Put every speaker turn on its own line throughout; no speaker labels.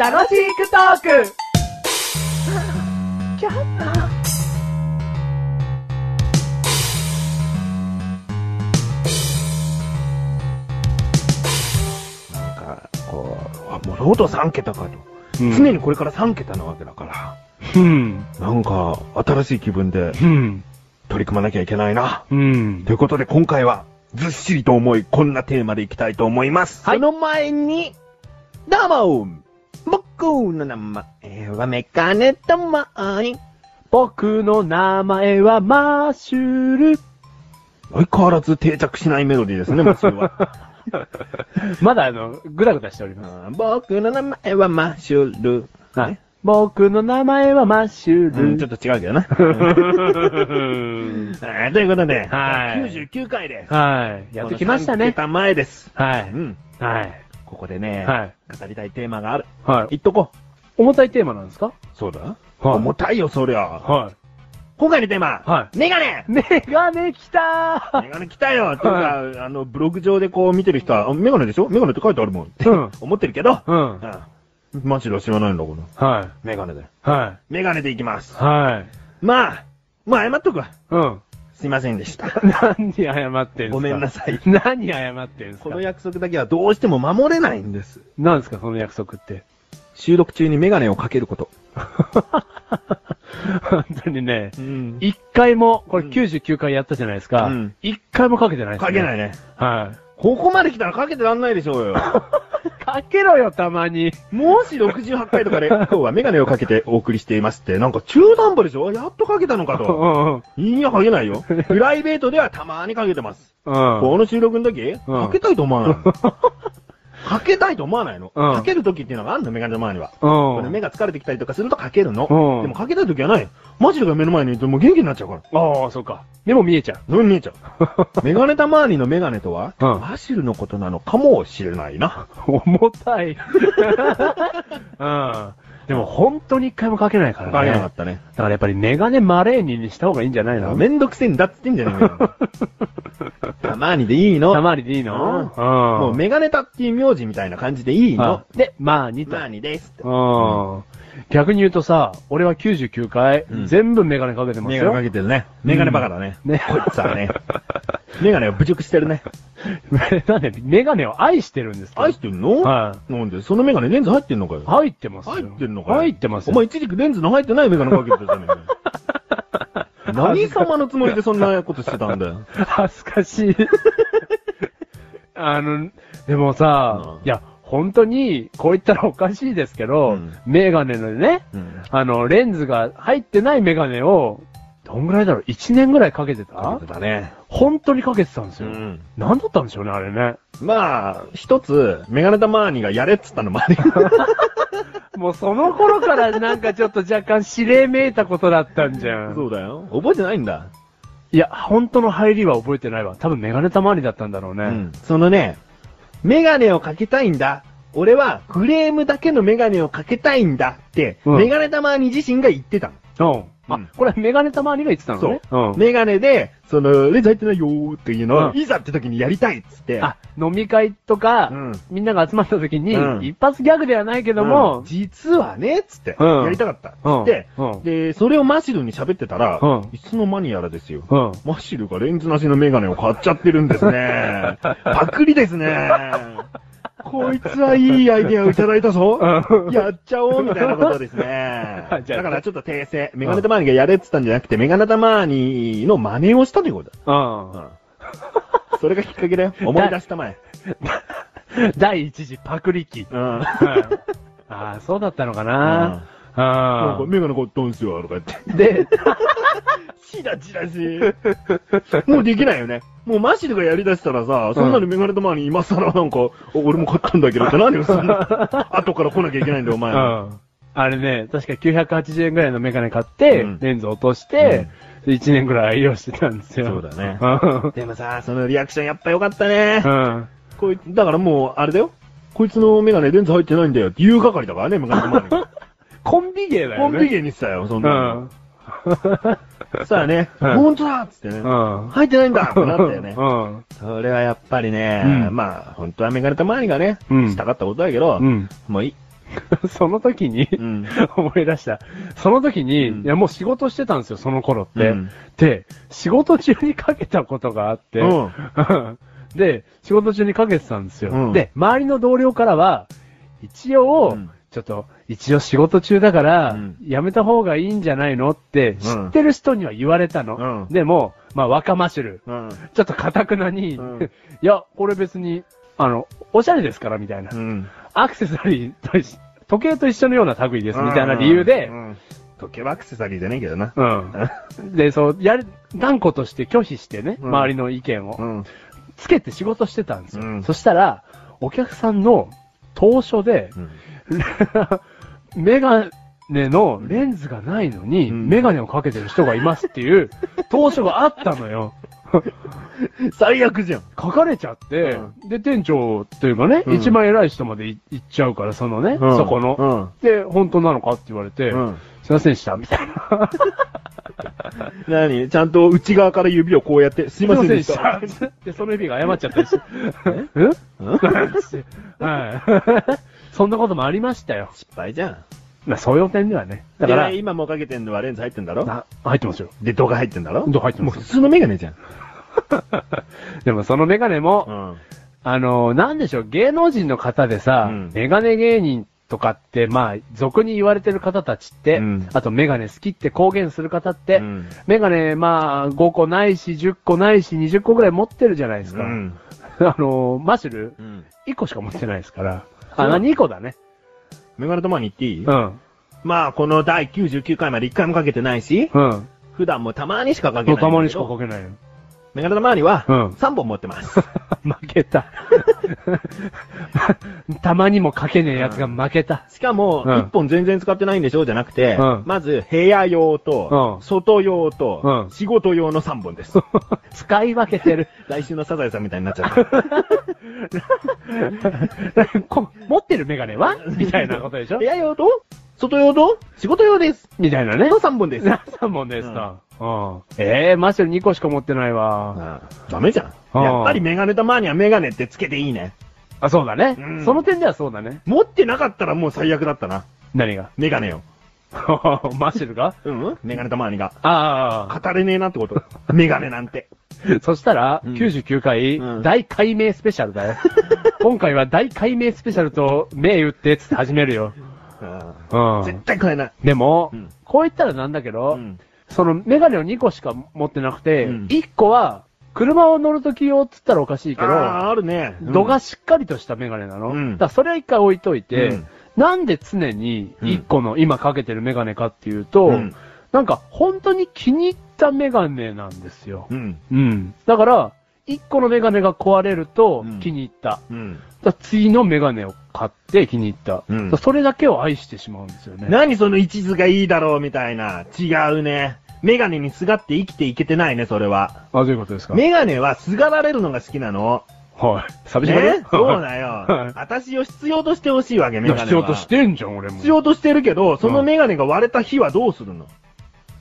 楽しくトーク
なんか、こう、あもともと3桁かと。常にこれから3桁なわけだから。
うん。
なんか、新しい気分で
うん。
取り組まなきゃいけないな。
うん
とい。うことで今回は、ずっしりと重い、こんなテーマでいきたいと思います。その前に、どうも僕の名前はメカネとマーニ。
僕の名前はマッシュル。
相変わらず定着しないメロディーです ね、マシュルは。
まだあの、ぐだぐだしており
う
ま
ん
す。
僕の名前はマシュル。
はい。僕の名前はマッシュル。
うん、ちょっと違うけど な。はいということで、
はい
99回です。
はい。やってきましたね
こ。の3桁前です。
は
う
い。
ん。
はい。
ここでね、
はい
語りたいテーマがある。
はい。
言っとこ
重たいテーマなんですか
う。そうだ
はい
重たいよ、そりゃ。
は
今回のテーマ、
は
メガネ
い。メガネ来た
メガネ来たよと
は
か、あの、ブログ上でこう見てる人は、あメガネでしょメガネって書いてあるもんって
うん
思ってるけど、
うん。はい。
うんマジで知らないんだ、この。
は
メガネで。
い。
メガネでいきます。
はい。
まあ、もう謝っとくわ。
うん。
すいませんでした。
何謝ってんすか
ごめんなさい。
何謝ってんすか
この約束だけはどうしても守れないんです。
何ですか、その約束って。
収録中にメガネをかけること。
本当にね、
うん。
一回も、これ
うん
99回やったじゃないですか
うん。
一回もかけてないですね
かけないね。
は
ここまで来たらかけてらんないでしょうよ。
い。かけろよ、たまに。
もし68回とかで、今日はメガネをかけてお送りしていますって、なんか中途半端でしょやっとかけたのか
う
と。
んうん。
いや、かけ ないよ。プライベートではたまにかけてます。こ
うん。
の収録の時、かけたいと思わ ないの。かけたいと思わないの。
うん
かける時っていうのがあるの、メガネの前には。これ
うん。
目が疲れてきたりとかするとかけるの。
うん
でもかけたい時はない。マジで目の前にいるともう元気になっちゃうから。
ああ、そうか。でも見えちゃ
飲み見えちゃう。 メガネた周りのメガネとは、
うん
マシュルのことなのかもしれないな。
う。重たい。 うん。でも本当に一回もかけないからね。
かけなかったね。
だからやっぱりメガネマレーニにした方がいいんじゃないの
めんどくせえんだっつってんじゃねえか よ。たまにでいい
た
の。
まにでいいのうん。
もうメガネタっていう名字みたいな感じでいいの
は。いで、まあ2と
ま。あにですって。
うん。逆に言うとさ、俺は99回、
うん
全部メガネかけてます
メガネか
よ。
けてるね。メガネバカだね。
ね
こいつはね。メガネを侮辱してるね。
なんで、メガネを愛してるんですけど。
愛してんの
は
なんでそのメガネレンズ入ってんのかよ。
入ってますよ。
入ってんのかよ。
入ってます
お
よ。
前一時期レンズの入ってないメガネかけてるじゃねえかよ 何様のつもりでそんなことしてたんだよ。
恥ずかしい。 あの、でもさ
う、ん
いや、本当に、こう言ったらおかしいですけど、
うん
メガネのね、あの、レンズが入ってないメガネを、どんぐらいだろう ?1 年ぐらいかけてた
だね。
本当にかけてたんですよ。
うん
なんだったんでしょうね、あれね。
まあ、一つ、メガネタマーニがやれっつったのもあるよ
もうその頃からなんかちょっと若干指令めいたことだったんじゃ ん。
そうだよ。覚えてないんだ。
いや、本当の入りは覚えてないわ。多分メガネたまわりだったんだろうね。
うんそのね、メガネをかけたいんだ。俺はフレームだけのメガネをかけたいんだって、
うん
メガネたまに自身が言ってたの。
うん。あ、
うん
これメガネたまわりが言ってたのね。ん。
メガネで、その、レンズ入ってないよーっていうのを、
うん
いざって時にやりたいっつって。
あ、飲み会とか、
うん
みんなが集まった時に、
うん
一発ギャグではない
で
けども、
実はね、っつって、
うん
やりたかった。っ
う
つ
ん
って、
うん
で、それをマシルに喋ってたら、
うん
いつの間にやらですよ。
うん。
マシルがレンズなしのメガネを買っちゃってるんです ね。パクリですね。こいつはいいアイディアをいただいたぞ。
う ん。
やっちゃおうみたいなことですね
じゃあ
だからちょっと訂正。メガネたまーにがやれって言ったんじゃなくて、メガネたまーにの真似をしたということだ。
うん。
それがきっか けだよ。思い出したまえ。
第一次パクリ期。
うん。
はい ああ、そうだったのかな。
なん
あ
かメガネ買ったんすよ、とか言って。
あ。で、
チラチラし。もうできないよね。もうマシルがやりだしたらさ、そんなにメガネたまーに今更なんか、俺も買ったんだけどって何をすんの後から来なきゃいけないんだよ、お前
う。ん。あれね、確か980円ぐらいのメガネ買って、
うん
レンズ落として、1年ぐらい愛用してたんですよ。
そうだね
うん
でもさ、そのリアクションやっぱ良かったね。
うん。
こいつ、だからもう、あれだよ。こいつのメガネレンズ入ってないんだよって言う係だ からね、メガネの前に。
コンビ芸だ
コ
よね。
ンビ芸にしたよ、そんなの。そうだね。
うん
本当だっつってね。
うん。
入ってないんだってなったよね。
うん。
それはやっぱりね、
うん
まあ、本当はメガネたまわりがね、
うん
したかったことだけど、
うん。
もういい。
その時に、
うん。
思い出した。その時に、
うん
いやもう仕事してたんですよ、その頃って。
うん
で、仕事中にかけたことがあって、
うん
で、仕事中にかけてたんですよ。
うん
で、周りの同僚からは、一応、
うん
ちょっと、一応仕事中だから、
うん
やめた方がいいんじゃないのって、知ってる人には言われたの。
うん
でも、まあ、若マシュル、
うん。
ちょっとかたくなに、
うん
いや、これ別に、あの、おしゃれですから、みたいな。
うん。
アクセサリーと一緒、時計と一緒のような類です、みたいな理由で
う、ん、時計はアクセサリーじゃねえけどな。
うん。で、そう、やる、断固として拒否してね、
うん
周りの意見を、
ん。
つけて仕事してたんですよ。
うん
そしたら、お客さんの当初で、メガネのレンズがないのに、
うん
メガネをかけてる人がいますっていう、当初があったのよ。
最悪じゃん。
書かれちゃって、で、店長というかね、
うん
一番偉い人までい行っちゃうから、そのね、そこの。で、本当なのかって言われて、
うん。うん。
すいませんでした、みたいな。
何ちゃんと内側から指をこうやって、すいませんでした。
すいませんでした。で、その指が謝っちゃった りして。 え
うん
はい。 そんなこともありましたよ。
失敗じゃん。
まあ、そういう点ではね。だ
だ
か
から、
ら、
今もうかけてんのはレンズ入ってんだろ
な入ってますよ。
で、度が入ってんだろ
ど入って
も
ま
う
す
普。通のメガネじゃん。
でもそのメガネも、
ん。
あの、なんでしょう、芸能人の方でさ、
うん
メガネ芸人とかって、まあ、俗に言われてる方たちって、
うん
あとメガネ好きって公言する方って、
うん
メガネ、まあ、5個ないし、10個ないし、20個ぐらい持ってるじゃないですか。
ん。
あの、マシュル、
うん。
1個しか持ってないですから。
う
あ、
ん
な2個だね。
メガネ玉に行っていい
うん。
まあ、この第99回まで1回もかけてないし、
うん。
普段もたまにしかかけ
そう
ない。
たまにしかかけないよ。
メガネ玉には、
うん
3本持ってます。
負けた。たまにもかけねえやつが負けた。
しかも、
うん
1本全然使ってないんでしょじゃなくて、
うん
まず部屋用と、
うん
外用と、
うん
仕事用の3本です。
使い分けてる。
来週のサザエさんみたいになっちゃった。
こ持ってるメガネ はみたいなことでし ょ
部屋用と、外用と、仕事用です。
みたいなね
の。3本です。
なさもんですか。うん。ええマッシュル2個しか持ってないわ。
ああダメじゃん。
ああ
やっぱりメガネ玉にはメガネってつけていいね。
あ、そうだね
うん。
その点ではそうだね。
持ってなかったらもう最悪だったな。
何が
メガネを。
マッシュルが
うんメガネ玉にが。
ああ。
語れねえなってこと。 メガネなんて。
そしたら、
うん
99回
うん、
大解明スペシャル だよ。今回は大解明スペシャルと、銘打って、つって始めるよ。
うん
う
絶
ん。
対買えない。
でも
うん、
こう言ったらなんだけど、
ん
そのメガネを2個しか持ってなくて、
うん
1個は車を乗るとき用っつったらおかしいけ
あ
ど、
あ、あるね。
度がしっかりとしたメガネなの。
うん
だからそれは一回置いといて、
うん
なんで常に1個の今かけてるメガネかっていうと、
うん
なんか本当に気に入ったメガネなんですよ。
うん。
うん。だから、1個のメガネが壊れると
うん
気に入った。
うん。
だから次のメガネを買って気に入った。
うん
だからそれだけを愛してしまうんですよね。
何その一途がいいだろうみたいな。違うね。メガネにすがって生きていけてないね、それは。
あ、どういうことですか
メガネはすがられるのが好きなの。
はい。寂しがり
ねそうだ
は
よ
い。
私を必要としてほしいわけ、メ
い
ガネは。
や必要としてんじゃん、俺も。
必要としてるけど、そのメガネが割れた日はどうするの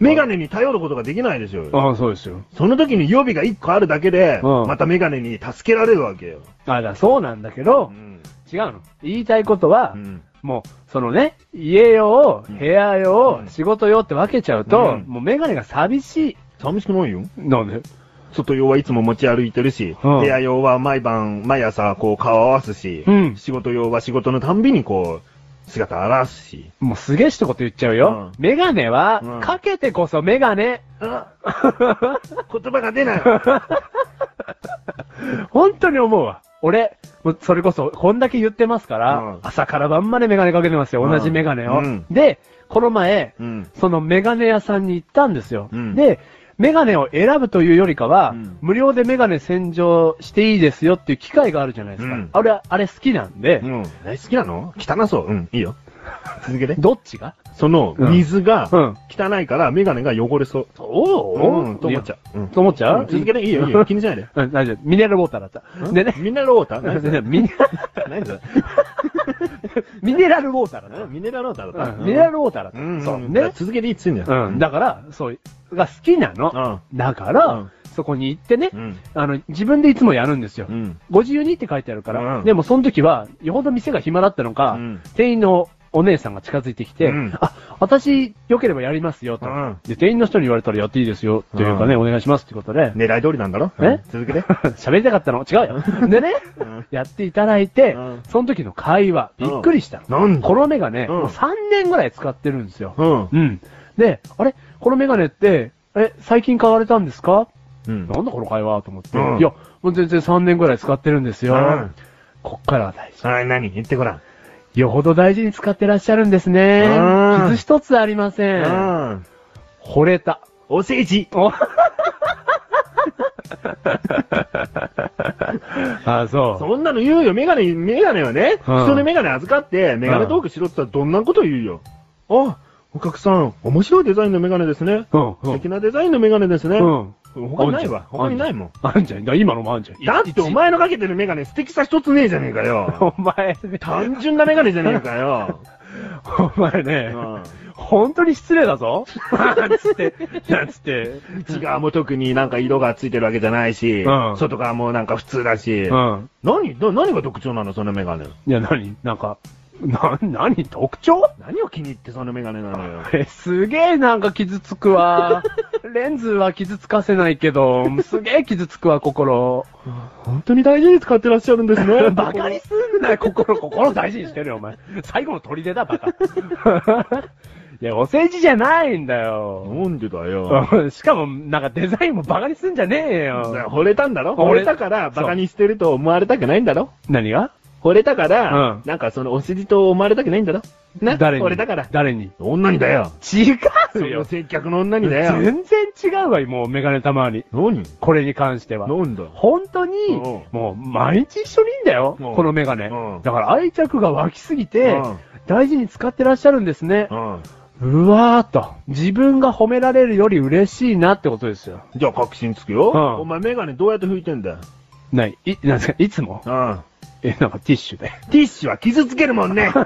メガネに頼ることができないでしょうよ。
ああ、そうですよ。
その時に予備が1個あるだけで、
うん
またメガネに助けられるわけよ。
ああ、だそうなんだけど、
ん。
違うの。言いたいことは、
うん。
もう、そのね、家用、
うん
部屋用、
うん
仕事用って分けちゃうと、
うん
もうメガネが寂しい。
寂しくないよ。
なんで
外用はいつも持ち歩いてるし、
うん
部屋用は毎晩、毎朝こう顔合わすし、
うん
仕事用は仕事のたんびにこう、姿現すし。
もうすげえ一言言っちゃうよ。
うん
メガネは、
うん
かけてこそメガネ。
あ 言葉が出 ない。
本当に思うわ。俺、もうそれこそ、こんだけ言ってますから、
うん
朝から晩までメガネかけてますよ。同じメガネを。
うん
で、この前、
うん。
そのメガネ屋さんに行ったんですよ。
うん
で、メガネを選ぶというよりかは、
うん
無料でメガネ洗浄していいですよっていう機会があるじゃないですか。
うん
あれ、あれ好きなんで、
うん。大好きなの汚そう。うん。いいよ。続けて。
どっちが
その、
うん
水が
うん、
汚いからメガネが汚れそう。
お
うん。と思っちゃう。うん。
と思っちゃう、
うん続けていいよ、いいよ。気にしない で。
うん 大丈夫。ミネラルウォーターだった。でね。
みんなローター何それ
みんな、
何それミネラルウォーターだな。ミネラルウォーターだった。
うんミネラルウォーターだった。
そ
そうう
ね。
ね。
続けて言ってんだよ。
うん。だから、そう、が好きなの。
ん。
だから、
うん
そこに行ってね、
うん。
あの、自分でいつもやるんですよ。
うん。
52って書いてあるから、
うん
でもその時は、よほど店が暇だったのか、
うん
店員のお姉さんが近づいてきて、
うん
あ、私、良ければやりますよ、と、
うん
で、店員の人に言われたらやっていいですよ、というかね、お願いしますってことで、
狙い通りなんだろ
え
うん続けて。
喋りたかったの違うよ。でね、
うん
やっていただいて、
うん
その時の会話、びっくりしたの。
なん
このメガネ、
うん
もう3年ぐらい使ってるんですよ。
うん。
うん。で、あれこのメガネって、え、最近買われたんですか
うん
なんだこの会話と思って、
うん
いや、もう全然3年ぐらい使ってるんですよ。
うん
こっからは大事。
はい、何言ってごらん。
よほど大事に使ってらっしゃるんですね
うん。
傷一つありません。
ん。
惚れた。
お世辞。
お あ、そう。
そんなの言うよ。メガネ、メガネはね、
うん
人にメガネ預かって、メガネトークしろって言ったらどんなこと言うよ。あ、お客さん、面白いデザインのメガネですね。
うん、う
素
ん
敵なデザインのメガネですね。
うん。
他にないわ。他にないもん。。
あんじゃん。だ今のもあんじゃん。
だってお前のかけてるメガネ素敵さ一つねえじゃねえか よ。
お前、
単純なメガネじゃねえか よ。
お前
う
ね、
ん
本当に失礼だぞ。なんつって、なんつって。
内側も特になんか色がついてるわけじゃないし、
うん
外側もなんか普通だし、
うん。
何な何が特徴なのそのメガネ。
いや、何なんか、な、何特徴
何を気に入ってそのメガネなのよ。
え、 すげえなんか傷つく わ。レンズは傷つかせないけど、すげえ傷つくわ、 心。
本当に大事に使ってらっしゃるんです ね。
バカにすんなよ、心、心大事にしてるよ、お前。最後の砦だ、バ カ。いや、お世辞じゃないんだよ。
なんでだよ。
しかも、なんかデザインもバカにすんじゃねえ
だから
よ。
惚れたんだろ惚
惚れ
れたからバカにしてると思われたくないんだろ
何が
惚れたから、
うん
なんかそのお尻と思われたくないんだろな
誰に
惚れたから。
誰に
女にだよ。
違
そう
よ
の。接客の女にだよ。
全然違うわ、もうメガネたまに。
何
これに関しては。
なんだ
本当に
うん、
もう毎日一緒にいんだよ、
うん
このメガネ
うん。
だから愛着が湧きすぎて
うん、
大事に使ってらっしゃるんですね。
うん。
うわーっと。自分が褒められるより嬉しいなってことですよ。
じゃあ確信つくよ。
うん
お前メガネどうやって拭いてんだよ。
ない、い、なんですか、いつも
うん。
え、なんかティッシュ で。
ティッシュは傷つけるもんね。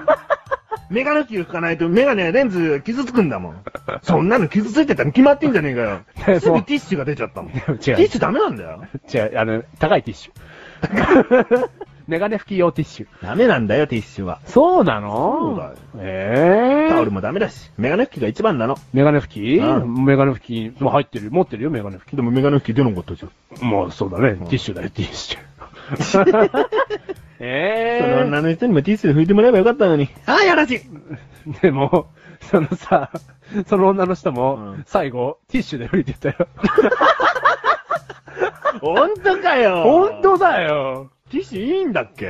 メガネ拭かないとメガネやレンズ傷つくんだもん。そんなの傷ついてたに決まってんじゃねえかよ。
ね
す
そ
ぐ
う
ティッシュが出ちゃったもん。テ
違う
ィッシュダメなんだよ。
違う、あの、高いティッシュ。 メガネ拭き用ティッシュ。
ダメなんだよ、ティッシュは。
そうなのそうだよ。ええー。
タオルもダメだし、メガネ拭きが一番なの。
メガネ拭き、
う
メガネ拭き、もう入ってる、持ってるよ、メガネ拭
でもメガネ拭き出なかったじゃん。
き。もうそうだね、ティッシュだよ、ティッシ ュ。え
その
え
女の人にもティッシュで拭いてもらえばよかったのに。ああ、やらしい。
ー。でも、そのさ、その女の人も、
うん
最後、ティッシュで拭いてたよ。
ほんとかよ。
本当だよ。
ティッシュいいんだっけ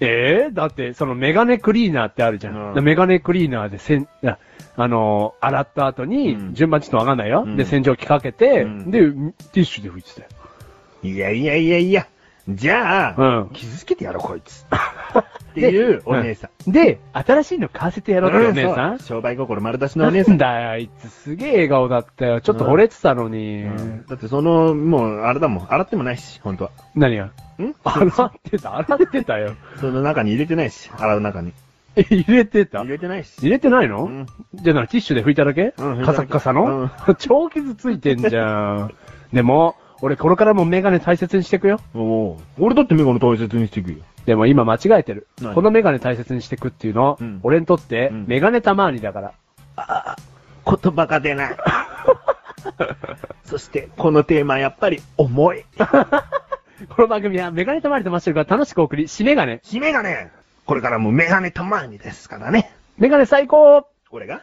ええだって、そのメガネクリーナーってあるじゃん。
うん
メガネクリーナーでせん、ああのー洗った後
うん
に、順番ちょっとわかんないよ。
うん
で、洗浄機かけて、
うん
で、ティッシュで拭いてたよ。
いやいやいやいや。じゃあ、
うん
傷つけてやろ、こい つ。っていうお姉さん。
で、新しいの買わせてやろうってお姉さ
うんそう商売心丸出しの
な
お姉さ
ん
ん。
だよ、あいつすげえ笑顔だったよ。ちょっと惚れてたのに。
うんだってその、もう、あれだもん。洗ってもないし、本当は。
何が
ん
洗ってた、洗ってたよ。
その中に入れてないし、洗う中に。
え入れてた
入れてないし。
入れてないの、
うん
じゃあな、ティッシュで拭いただけ、
うん
カサッカサの、
うん
超傷ついてんじゃん。でも、俺これからもメガネ大切にしてくよ。
おお。俺だってメガネ大切にしていくよ。
でも今間違えてる
何。
このメガネ大切にしてくっていうの、
うん
俺にとって
うん
メガネたまーにだから。
言葉が出ない。そして、このテーマやっぱり重い。
この番組はメガネたまーにとましてるから楽しくお送り、しメガネ。
姫がね、これからもメガネたまーにですからね。
メガネ最高
これが